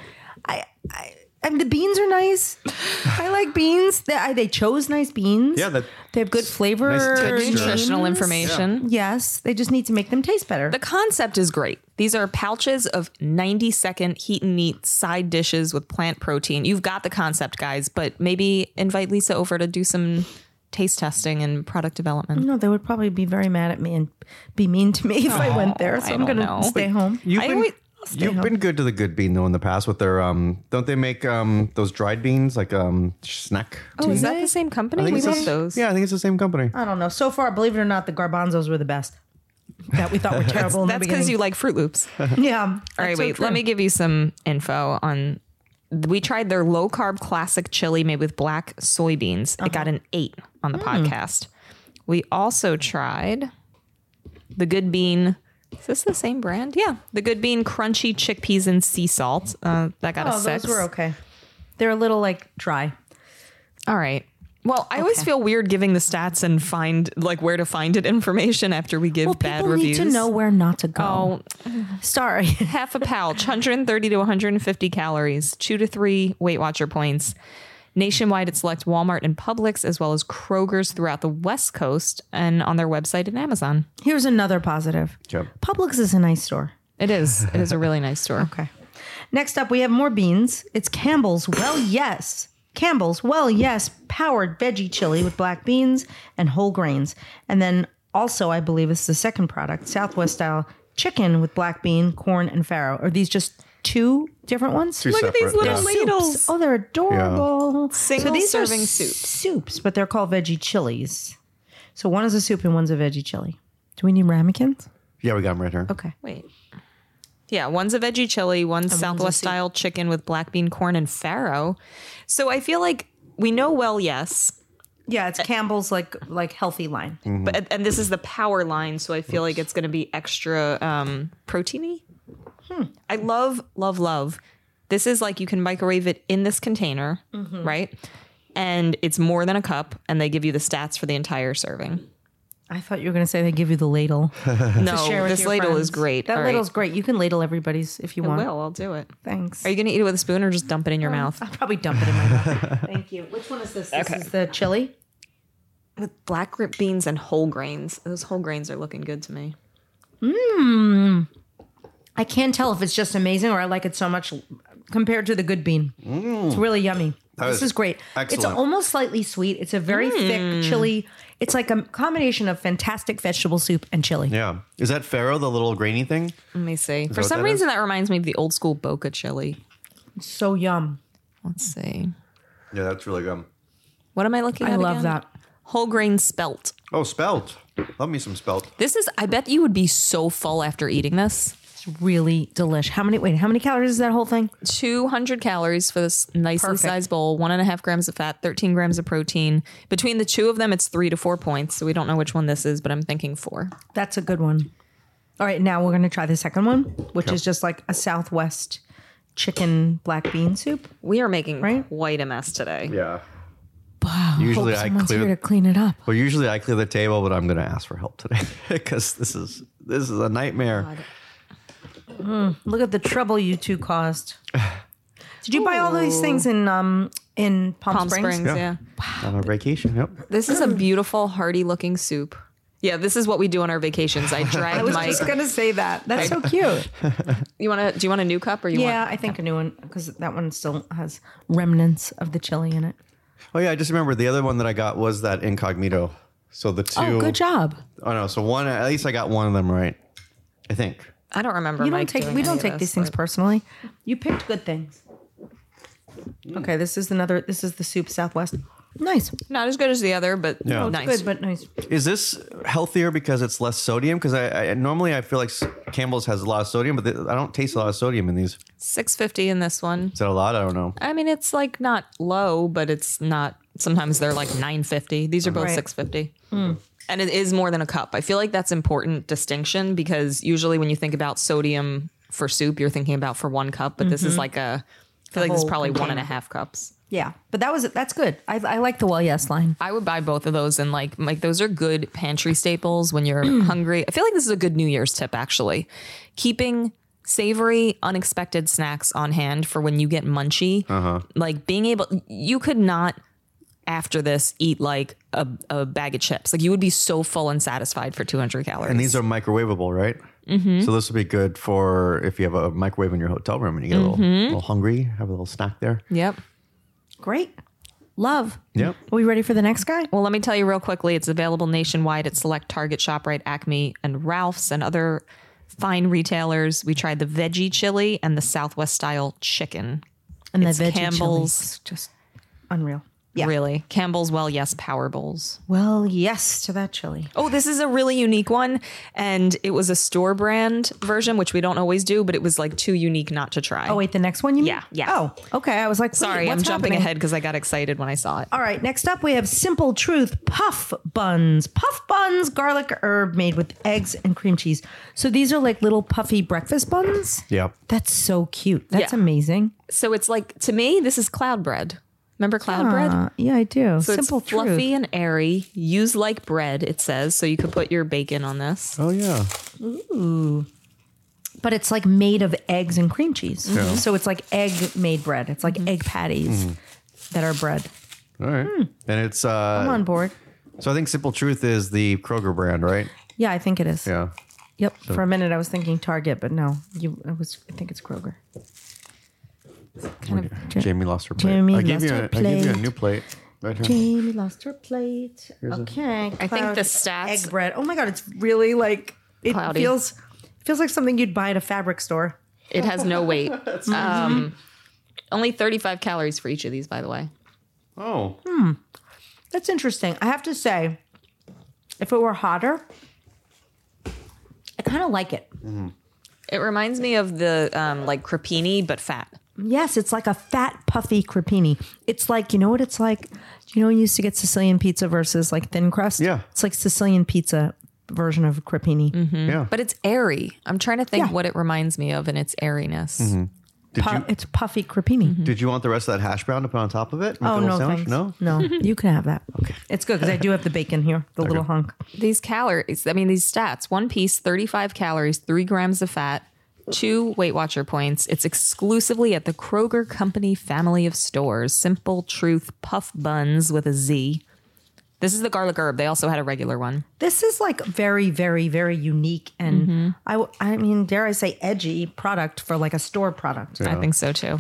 I, I, I mean, the beans are nice. I like beans. They, I, they chose nice beans.
Yeah, that-
they have good flavor.
texture.
Nutritional
names.
information.
Yes, they just need to make them taste better.
The concept is great. These are pouches of 90 second heat and eat side dishes with plant protein. You've got the concept, guys, but maybe invite Lisa over to do some taste testing and product development.
no, they would probably be very mad at me and be mean to me if I went there.
I
So I'm
don't
going
know.
to stay home.
You've
I
been,
always-
you've been good to the good bean though in the past with their um. Don't they make um those dried beans like um snack?
Oh, is that the same company? We
it's
love
the-
those.
Yeah, I Mm-hmm. think it's the same company.
I don't know. So far, believe it or not, the garbanzos were the best. That we thought were terrible. in the
That's because you like Fruit Loops. All
beginning. Yeah. All
right, wait. let me give you some info on. We tried their low carb classic chili made with black soybeans. It got
Uh-huh.
an eight on the
Hmm.
podcast. We also tried the Good Bean. Is this the same brand? Yeah, the Good Bean crunchy chickpeas and sea salt. Uh, that got a
Oh,
six.
those were okay. They're a little like dry.
All right. Well, I always feel weird giving the stats and find like where to find it information after we give bad
people
reviews.
need to know where not to go.
Oh,
Sorry.
half a pouch, 130 to 150 calories, two to three Weight Watcher points. Nationwide at select Walmart and Publix, as well as Kroger's throughout the West Coast and on their website and Amazon.
Here's another positive.
Yep.
Publix is a nice store.
It is. It is a really nice store.
Okay. Next up, we have more beans. It's Campbell's Well Yes. Campbell's Well Yes powered veggie chili with black beans and whole grains. And then also, I believe it's the second product, Southwest style chicken with black bean, corn, and farro. Are these just two different ones?
Two
Look at these
separate,
little
yeah.
ladles.
Soups. Oh, they're adorable.
Single serving
soups.
soups.
Soups, but they're called veggie chilies. So one is a soup and one's a veggie chili. Do we need ramekins?
Yeah, we got them right here.
Okay.
Wait. Yeah, one's a veggie chili, one's Southwest style chicken with black bean, corn, and farro. So I feel like we know well, yes,
Yeah, it's Campbell's like like healthy line.
but and this is the power line, so I feel like it's going to be extra um, proteiny. Hmm. I love, love, love. This is like you can microwave it in this container, right? And it's more than a cup, and they give you the stats for the entire serving.
I thought you were gonna say they give you the ladle. Share
No,
with
this
your
ladle
friends.
is great.
That
All right.
ladle's great. You can ladle everybody's if you want.
Well, I'll do it.
Thanks.
Are you going to eat it with a spoon or just dump it in your mouth?
I'll probably dump it in my mouth. Thank you. Which one is this? This is the chili.
With black grip beans and whole grains. Those whole grains are looking good to me.
I can't tell if it's just amazing or I like it so much compared to the good bean. It's really yummy. this
is
is great. It's
excellent.
almost slightly sweet. It's a very thick chili. It's like a combination of fantastic vegetable soup and chili.
Yeah. Is that farro, the little grainy thing?
Let me see. For
what
some
that
reason, that reminds me of the old school Boca chili.
So yum.
Let's see.
Yeah, that's really good.
What am I looking at?
I love
again?
that.
Whole grain spelt.
Oh, spelt. Love me some spelt.
This is, I bet you would be so full after eating this.
It's really delish. How many? Wait, how many calories is that whole thing?
200 calories for this nicely
Perfect.
sized bowl, one and a half grams of fat, 13 grams of protein. Between the two of them, it's three to four points. So we don't know which one this is, but I'm thinking four.
That's a good one. All right, now we're gonna try the second one, which is just like a Southwest chicken black bean soup.
We are making
Right?
quite a mess today.
Yeah.
Wow.
Usually
Hope
I
someone's
clear-
here to clean it up.
Well, usually I clear the table, but I'm going to ask for help today because this is this is a nightmare.
Look at the trouble you two caused. Did you buy all these things in um in Palm,
Palm
Springs?
Springs,
Yeah.
yeah.
On a vacation. Yep.
This is a beautiful, hearty looking soup. Yeah, this is what we do on our vacations. I drag
I was
my.
just gonna say that. That's so cute.
You want to? Do you want a new cup or you
Yeah, I think a new one because that one still has remnants of the chili in it.
Oh yeah, I just remember the other one that I got was that incognito. So the two
Oh, good job.
Oh no, so one at least I got one of them right. I think.
want? I don't remember.
You
Mike
don't take
doing
we
any
don't
of
take
this,
these things
but-
personally. You picked good things. Okay, this is another. This is the soup Southwest. Nice,
Not as good as the other, but
Yeah. Oh, it's
nice.
good but nice.
Is this healthier because it's less sodium? Because I, I normally I feel like s- Campbell's has a lot of sodium, but th- I don't taste a lot of sodium in these.
Six fifty in this one.
Is that a lot? I don't know.
I mean, it's like not low, but it's not. Sometimes they're like nine fifty. These are both
Right. Hmm.
six fifty. And it is more than a cup. I feel like that's important distinction because usually when you think about sodium for soup, you're thinking about for one cup, but this is like a. I feel like this is
Mm-hmm. whole
probably one and a half cups.
Yeah, but that was that's good. I, I like the well yes line.
I would buy both of those and like like those are good pantry staples when you're hungry. I feel like this is a good New Year's tip actually. Keeping savory unexpected snacks on hand for when you get munchy.
Uh-huh.
Like being able you could not after this eat like a, a bag of chips. Like you would be so full and satisfied for 200 calories.
And these are microwavable, right?
Mm-hmm.
So this would be good for if you have a microwave in your hotel room and you get a,
Mm-hmm.
little, little hungry, have a little snack there.
Yep.
Great, love.
Yep.
Are we ready for the next guy?
Well, let me tell you real quickly. It's available nationwide at select Target, Shoprite, Acme, and Ralph's, and other fine retailers. We tried the veggie chili and the Southwest style chicken.
And
It's
the veggie chilies.
Campbell's.
just unreal. Yeah.
Really, Campbell's Well Yes Power Bowls.
Well, yes to that chili.
Oh, this is a really unique one, and it was a store brand version, which we don't always do, but it was like too unique not to try.
Oh wait, the next one you mean?
Yeah, yeah.
Oh, okay. I was like, wait,
sorry, I'm
what's
jumping
happening?
ahead because I got excited when I saw it.
All right, next up we have Simple Truth puff buns. Puff buns, garlic herb made with eggs and cream cheese. So these are like little puffy breakfast buns.
Yep.
That's so cute. That's
Yeah.
amazing.
So it's like to me, this is cloud bread. Remember cloud bread?
Uh, yeah, I do.
So
Simple
it's fluffy
Truth.
and airy. Use like bread, it says. So you could put your bacon on this.
Oh yeah.
But it's like made of eggs and cream cheese. So it's like egg made bread. It's like egg patties that are bread.
All right. And it's
I'm
Mm-hmm. uh
Hmm. on board.
so I think Simple Truth is the Kroger brand, right?
Yeah, I think it is.
Yeah.
Yep. For a minute I was thinking Target, but no. You I was I think it's Kroger. Kind of
Jamie lost her plate.
Jamie
I gave
lost
you
her
a, I gave you a
plate.
new plate. Right here.
Jamie lost her plate. okay. I
think the stats-
Egg bread. Oh my god, it's really like it
Cloudy.
feels feels like something you'd buy at a fabric store.
It has no weight. um,
Mm-hmm.
only 35 calories for each of these, by the way.
Oh.
Hmm. That's interesting. I have to say, if it were hotter, I kind of like it.
It reminds me of the um, like crepini, but fat.
Yes, it's like a fat, puffy crepini. It's like you know what it's like. You know, when you used to get Sicilian pizza versus like thin crust.
Yeah.
it's like Sicilian pizza version of crepini.
Yeah.
But it's airy. I'm trying to think
Yeah.
what it reminds me of in its airiness.
did
Pu-
you
it's puffy crepini.
did you want the rest of that hash brown to put on top of it? Make a
Oh
little
no,
sandwich?
thanks.
No.
no, you can have that. Okay, it's good because I do have the bacon here, the little hunk.
These calories, I mean, these stats one piece, 35 calories, three grams of fat, two Weight Watcher points. It's exclusively at the Kroger Company family of stores. Simple Truth Puff Buns with a Z. This is the garlic herb. They also had a regular one.
This is like very, very, very unique, and I, w- I mean, dare I say, edgy product for like a store product.
I think so too.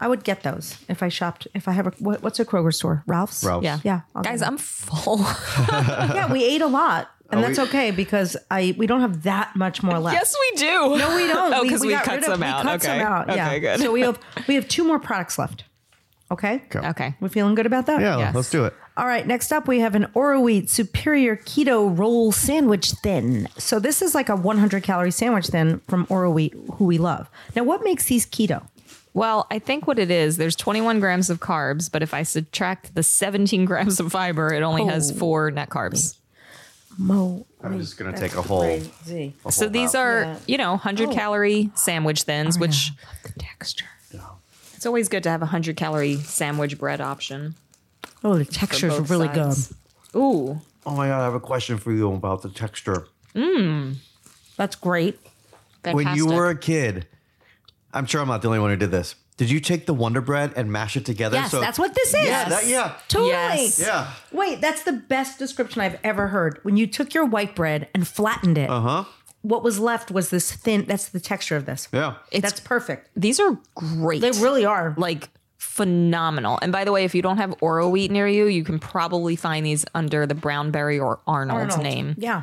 I would get those if I shopped. If I have a what, what's a Kroger store? Ralph's.
Ralph's.
Yeah.
Yeah, I'll get
Guys,
them.
I'm full.
yeah, we ate a lot, and
Oh,
that's
we-
okay because I we don't have that much more left.
yes, we do.
No, we don't.
Oh, because we,
got
cut
rid of-
some
we
out.
cut
okay.
some out. Yeah.
Okay, good.
So we have we have two more products left. Okay.
okay.
We're feeling good about that.
Yeah,
Yes.
let's do it.
All right. Next up, we have an Oro Wheat Superior Keto Roll Sandwich Thin. So this is like a 100 calorie sandwich thin from Oro Wheat, who we love. Now, what makes these keto?
Well, I think what it is, there's 21 grams of carbs, but if I subtract the 17 grams of fiber, it only
Oh.
has four net carbs.
Mo.
I'm just gonna take a whole. Oh.
Crazy.
a
So
whole
these
out.
are,
Yeah. Oh.
you know, 100 calorie sandwich thins, which the texture. It's always good to have a 100 calorie sandwich bread option.
Oh, the
for
texture
both
is really
sides.
good.
Ooh.
Oh my god, I have a question for you about the texture.
That's great.
When you
fantastic.
were a kid, I'm sure I'm not the only one who did this. Did you take the Wonder Bread and mash it together?
Yes, that's what this is.
Yeah, that, yeah.
Totally.
Yes.
Yeah.
Wait, that's the best description I've ever heard. When you took your white bread and flattened it,
Huh?
what was left was this thin. That's the texture of this.
Yeah.
that's perfect.
These are great.
They really are.
like phenomenal. And by the way, if you don't have Oro wheat near you, you can probably find these under the Brownberry or Arnold's
Arnold.
name.
Yeah.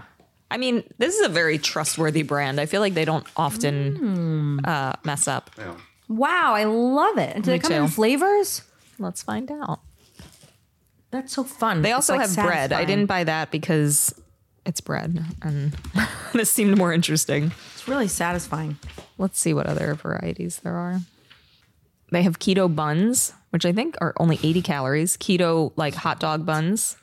I mean, this is a very trustworthy brand. I feel like they don't often
Hmm.
uh, mess up.
Wow, I love it. And do
Me
they come in
too.
flavors?
Let's find out.
That's so fun.
They also have bread. I didn't buy that because it's bread, and this seemed more interesting.
It's really satisfying.
Let's see what other varieties there are. They have keto buns, which I think are only 80 calories. Keto like hot dog buns,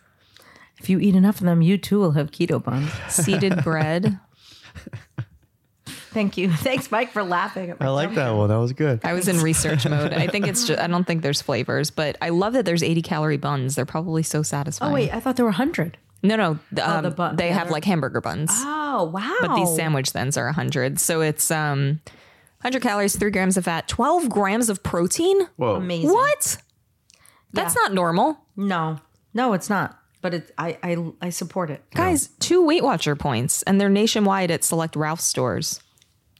If you eat enough of them, you too will have keto buns.
seeded bread.
Thank you. Thanks, Mike, for laughing. At my
I like that one. That was good.
I was in research mode. I think it's just, I don't think there's flavors, but I love that there's 80 calorie buns. They're probably so satisfying.
Oh wait, I thought there were hundred.
No, no. the, um,
the bun-
they
the
have
other-
like hamburger buns.
Oh wow.
But these sandwich thins are 100. So it's um 100 calories, 3 grams of fat, 12 grams of protein.
Whoa.
amazing.
What? That's not normal.
No, no, it's not. But it, I, I, I support it.
Guys, two Weight Watcher points, and they're nationwide at select Ralph's stores.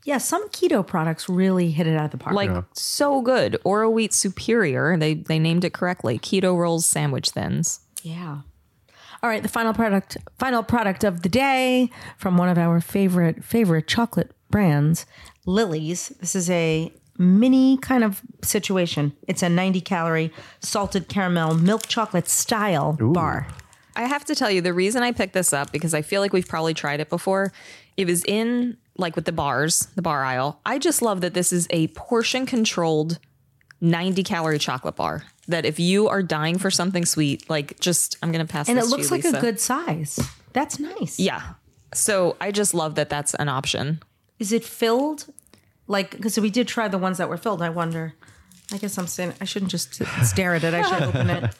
Yeah, some keto products really hit it out of the park.
Like so good. Oro Wheat Superior. They they named it correctly. Keto rolls sandwich thins.
Yeah. All right, the final product final product of the day from one of our favorite favorite chocolate brands, Lily's. This is a mini kind of situation. It's a 90 calorie salted caramel milk chocolate style bar.
I have to tell you the reason I picked this up because I feel like we've probably tried it before. It was in like with the bars, the bar aisle. I just love that this is a portion controlled 90 calorie chocolate bar. That if you are dying for something sweet, like just I'm gonna pass.
And it
this to
looks
you,
like a
Lisa.
good size. That's nice.
Yeah. So I just love that that's an option.
Is it filled? Like cuz we did try the ones that were filled, I wonder. I guess I'm saying I shouldn't just s- stare at it. I should open it.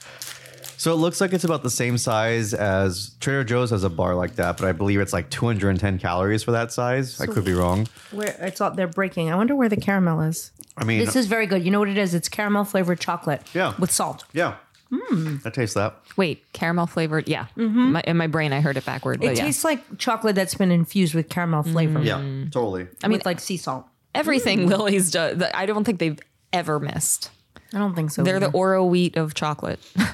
So it looks like it's about the same size as Trader Joe's has a bar like that, but I believe it's like 210 calories for that size. I could be wrong.
Where it's all they're breaking. I wonder where the caramel is.
I mean,
This is very good. You know what it is? It's caramel flavored chocolate.
Yeah.
With salt.
yeah.
Hmm.
I taste that.
Wait, caramel flavored? Yeah. My, in my brain, I heard it backward.
Mm-hmm. It
Oh,
But yeah.
tastes like chocolate that's been infused with caramel flavor.
Yeah, totally.
I mean, with like sea salt.
Everything Lily's does, that I don't think they've ever missed.
I don't think so.
They're the Oro wheat of chocolate.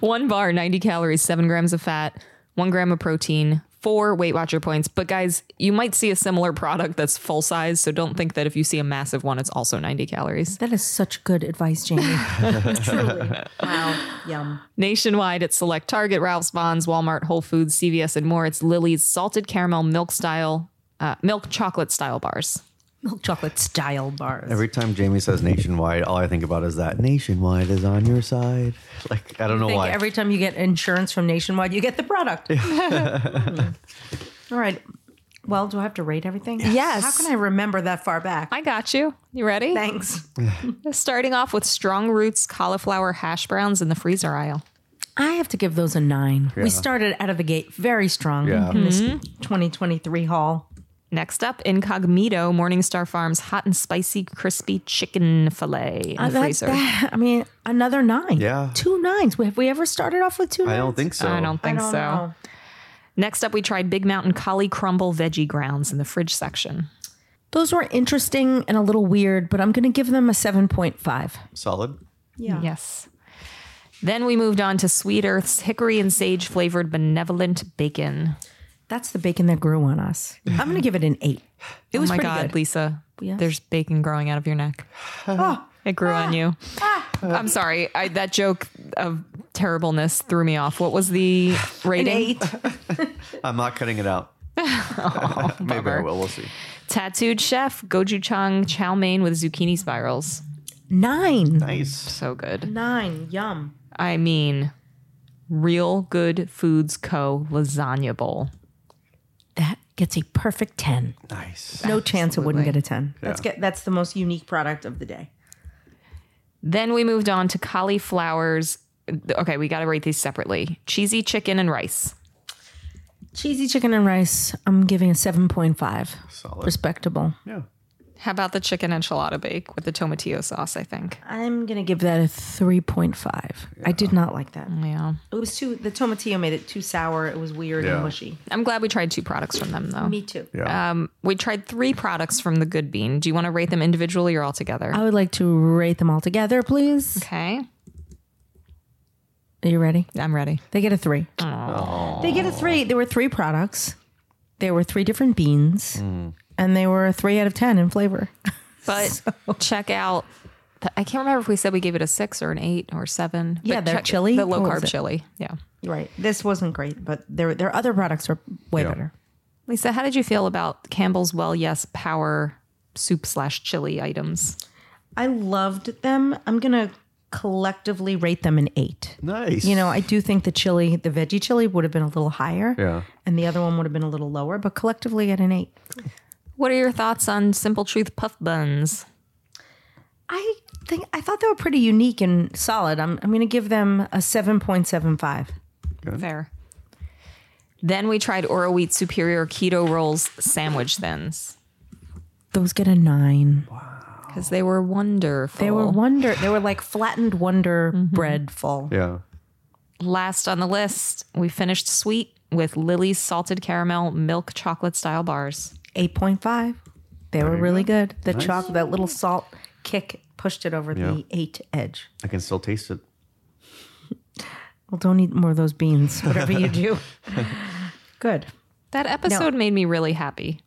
one bar, 90 calories, seven grams of fat, one gram of protein, four Weight Watcher points. But guys, you might see a similar product that's full size. So don't think that if you see a massive one, it's also 90 calories.
that is such good advice, Jamie. Truly. Wow. Yum.
Nationwide at select Target, Ralph's, Bonds, Walmart, Whole Foods, CVS, and more, it's Lily's salted caramel milk style, uh, milk chocolate style bars.
Milk chocolate style bars.
Every time Jamie says nationwide, all I think about is that nationwide is on your side. Like, I don't know
I think
why.
every time you get insurance from Nationwide, you get the product. Mm. All right. Well, do I have to rate everything?
Yes.
How can I remember that far back?
I got you. You ready?
Thanks.
Starting off with strong roots cauliflower hash browns in the freezer aisle.
I have to give those a nine. We started out of the gate very strong
Yeah.
in this 2023 haul.
Next up, Incognito Morningstar Farms hot and spicy crispy chicken fillet in the
That-
freezer.
that- Uh, I mean, another nine.
Yeah.
Two nines. Have we ever started off with two nines?
I don't think so.
I don't think so.
know.
Next up, we tried Big Mountain Collie Crumble Veggie Grounds in the fridge section.
Those were interesting and a little weird, but I'm going to give them a 7.5.
Solid.
Yeah.
Yes. Then we moved on to Sweet Earth's hickory and sage flavored benevolent bacon.
That's the bacon that grew on us. I'm going to give it an 8. It
Oh
was
my
pretty
God,
good.
Lisa, there's bacon growing out of your neck.
Ah.
It grew on you. I'm sorry. I, that joke of terribleness threw me off. What was the rating?
I'm not cutting it out.
Oh,
Maybe I
bummer.
will. We'll see.
Tattooed chef gochujang chow mein with zucchini spirals.
9.
Nice.
So good.
9. Yum.
I mean, real good foods co lasagna bowl.
That gets a perfect 10.
Nice.
No chance it wouldn't get a 10. That's
Yeah.
get that's the most unique product of the day.
Then we moved on to cauliflowers. Okay, we got to rate these separately. Cheesy chicken and rice.
Cheesy chicken and rice, I'm giving a 7.5.
Solid.
Respectable.
Yeah.
How about the chicken enchilada bake with the tomatillo sauce? I think.
I'm going to give that a 3.5. I did not like that.
Yeah,
It was too the tomatillo made it too sour. It was weird
Yeah.
and mushy.
I'm glad we tried two products from them though.
Me too.
Yeah.
Um, we tried three products from the Good Bean. Do you want to rate them individually or all together?
I would like to rate them all together, please.
okay,
Are you ready?
I'm ready.
They get a three. They get a three. There were three products. There were three different beans,
Mm.
and they were a three out of ten in flavor.
But check out. The, I can't remember if we said we gave it a six or an eight or seven.
Yeah,
but
their
check-
chili?
the low
What was
carb
it?
chili. Yeah.
Right. This wasn't great, but their their other products are way
Yeah.
better.
Lisa, how did you feel about Campbell's Well Yes Power soup slash chili items?
I loved them. I'm gonna collectively rate them an eight.
Nice.
You know, I do think the chili, the veggie chili, would have been a little higher.
Yeah.
And the other one would have been a little lower, but collectively at an eight.
What are your thoughts on Simple Truth puff buns?
I think I thought they were pretty unique and solid. I'm I'm going to give them a 7.75.
Fair. Then we tried Oro Wheat Superior Keto Rolls sandwich thins
Those get a 9.
because they were wonderful.
They were wonder they were like flattened wonder bread full.
Yeah.
last on the list. We finished sweet with Lily's salted caramel milk chocolate style bars.
8.5. They were really good. The chocolate that little salt kick pushed it over the 8 edge.
I can still taste it.
Well, don't eat more of those beans whatever you do. good.
That episode made me really happy.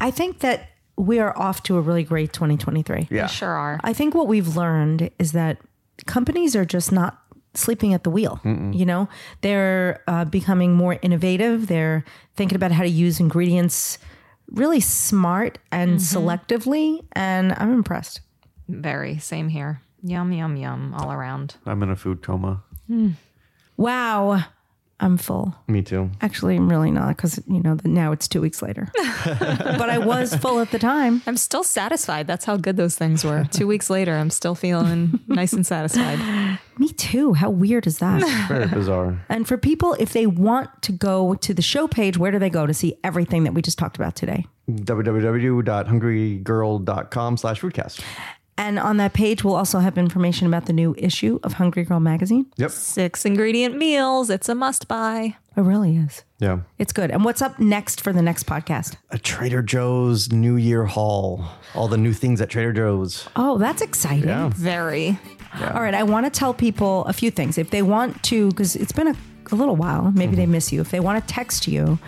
I think that we are off to a really great 2023.
We
Yeah.
sure are.
I think what we've learned is that companies are just not sleeping at the wheel. You know, they're uh, becoming more innovative. They're thinking about how to use ingredients really smart and selectively. And I'm impressed.
Very same here. Yum yum yum all around.
I'm in a food coma.
Wow. I'm full.
Me too.
Actually, I'm really not because, you know, the, now it's two weeks later. but I was full at the time.
I'm still satisfied. That's how good those things were. Two weeks later, I'm still feeling nice and satisfied.
Me too. How weird is that?
Very bizarre.
and for people, if they want to go to the show page, where do they go to see everything that we just talked about today?
www.hungrygirl.com slash foodcast.
And on that page, we'll also have information about the new issue of Hungry Girl Magazine.
Yep.
Six ingredient meals. It's a must buy.
It really is.
Yeah.
It's good. And what's up next for the next podcast?
A Trader Joe's New Year haul. All the new things at Trader Joe's.
Oh, that's exciting.
Yeah.
Very.
All right. I want to tell people a few things. If they want to, because it's been a, a little while, maybe they
Mm-hmm.
miss you. If they want to text you,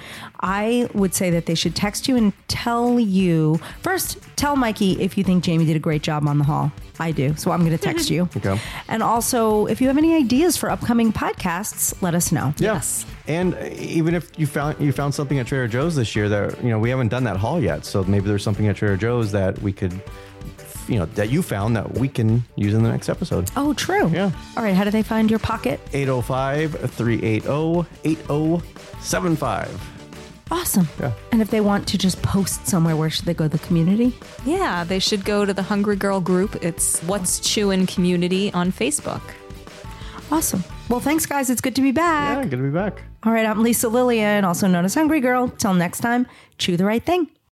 I would say that they should text you and tell you first, tell Mikey if you think Jamie did a great job on the hall. I do. So I'm going to text you.
Mm-hmm. Okay.
And also, if you have any ideas for upcoming podcasts, let us know.
Yeah.
Yes.
And even if you found you found something at Trader Joe's this year that you know we haven't done that haul yet, so maybe there's something at Trader Joe's that we could, you know, that you found that we can use in the next episode. oh
Oh, true.
Yeah.
All right. How do they find your pocket?
805-380-8075.
Awesome.
Yeah.
And if they want to just post somewhere, where should they go? The community?
Yeah, they should go to the Hungry Girl group. It's What's Chewin' Community on Facebook.
Awesome. Well, thanks, guys. It's good to be
Yeah,
back.
good to be back.
All right. I'm Lisa Lillian, also known as Hungry Girl. Till next time, chew the right thing.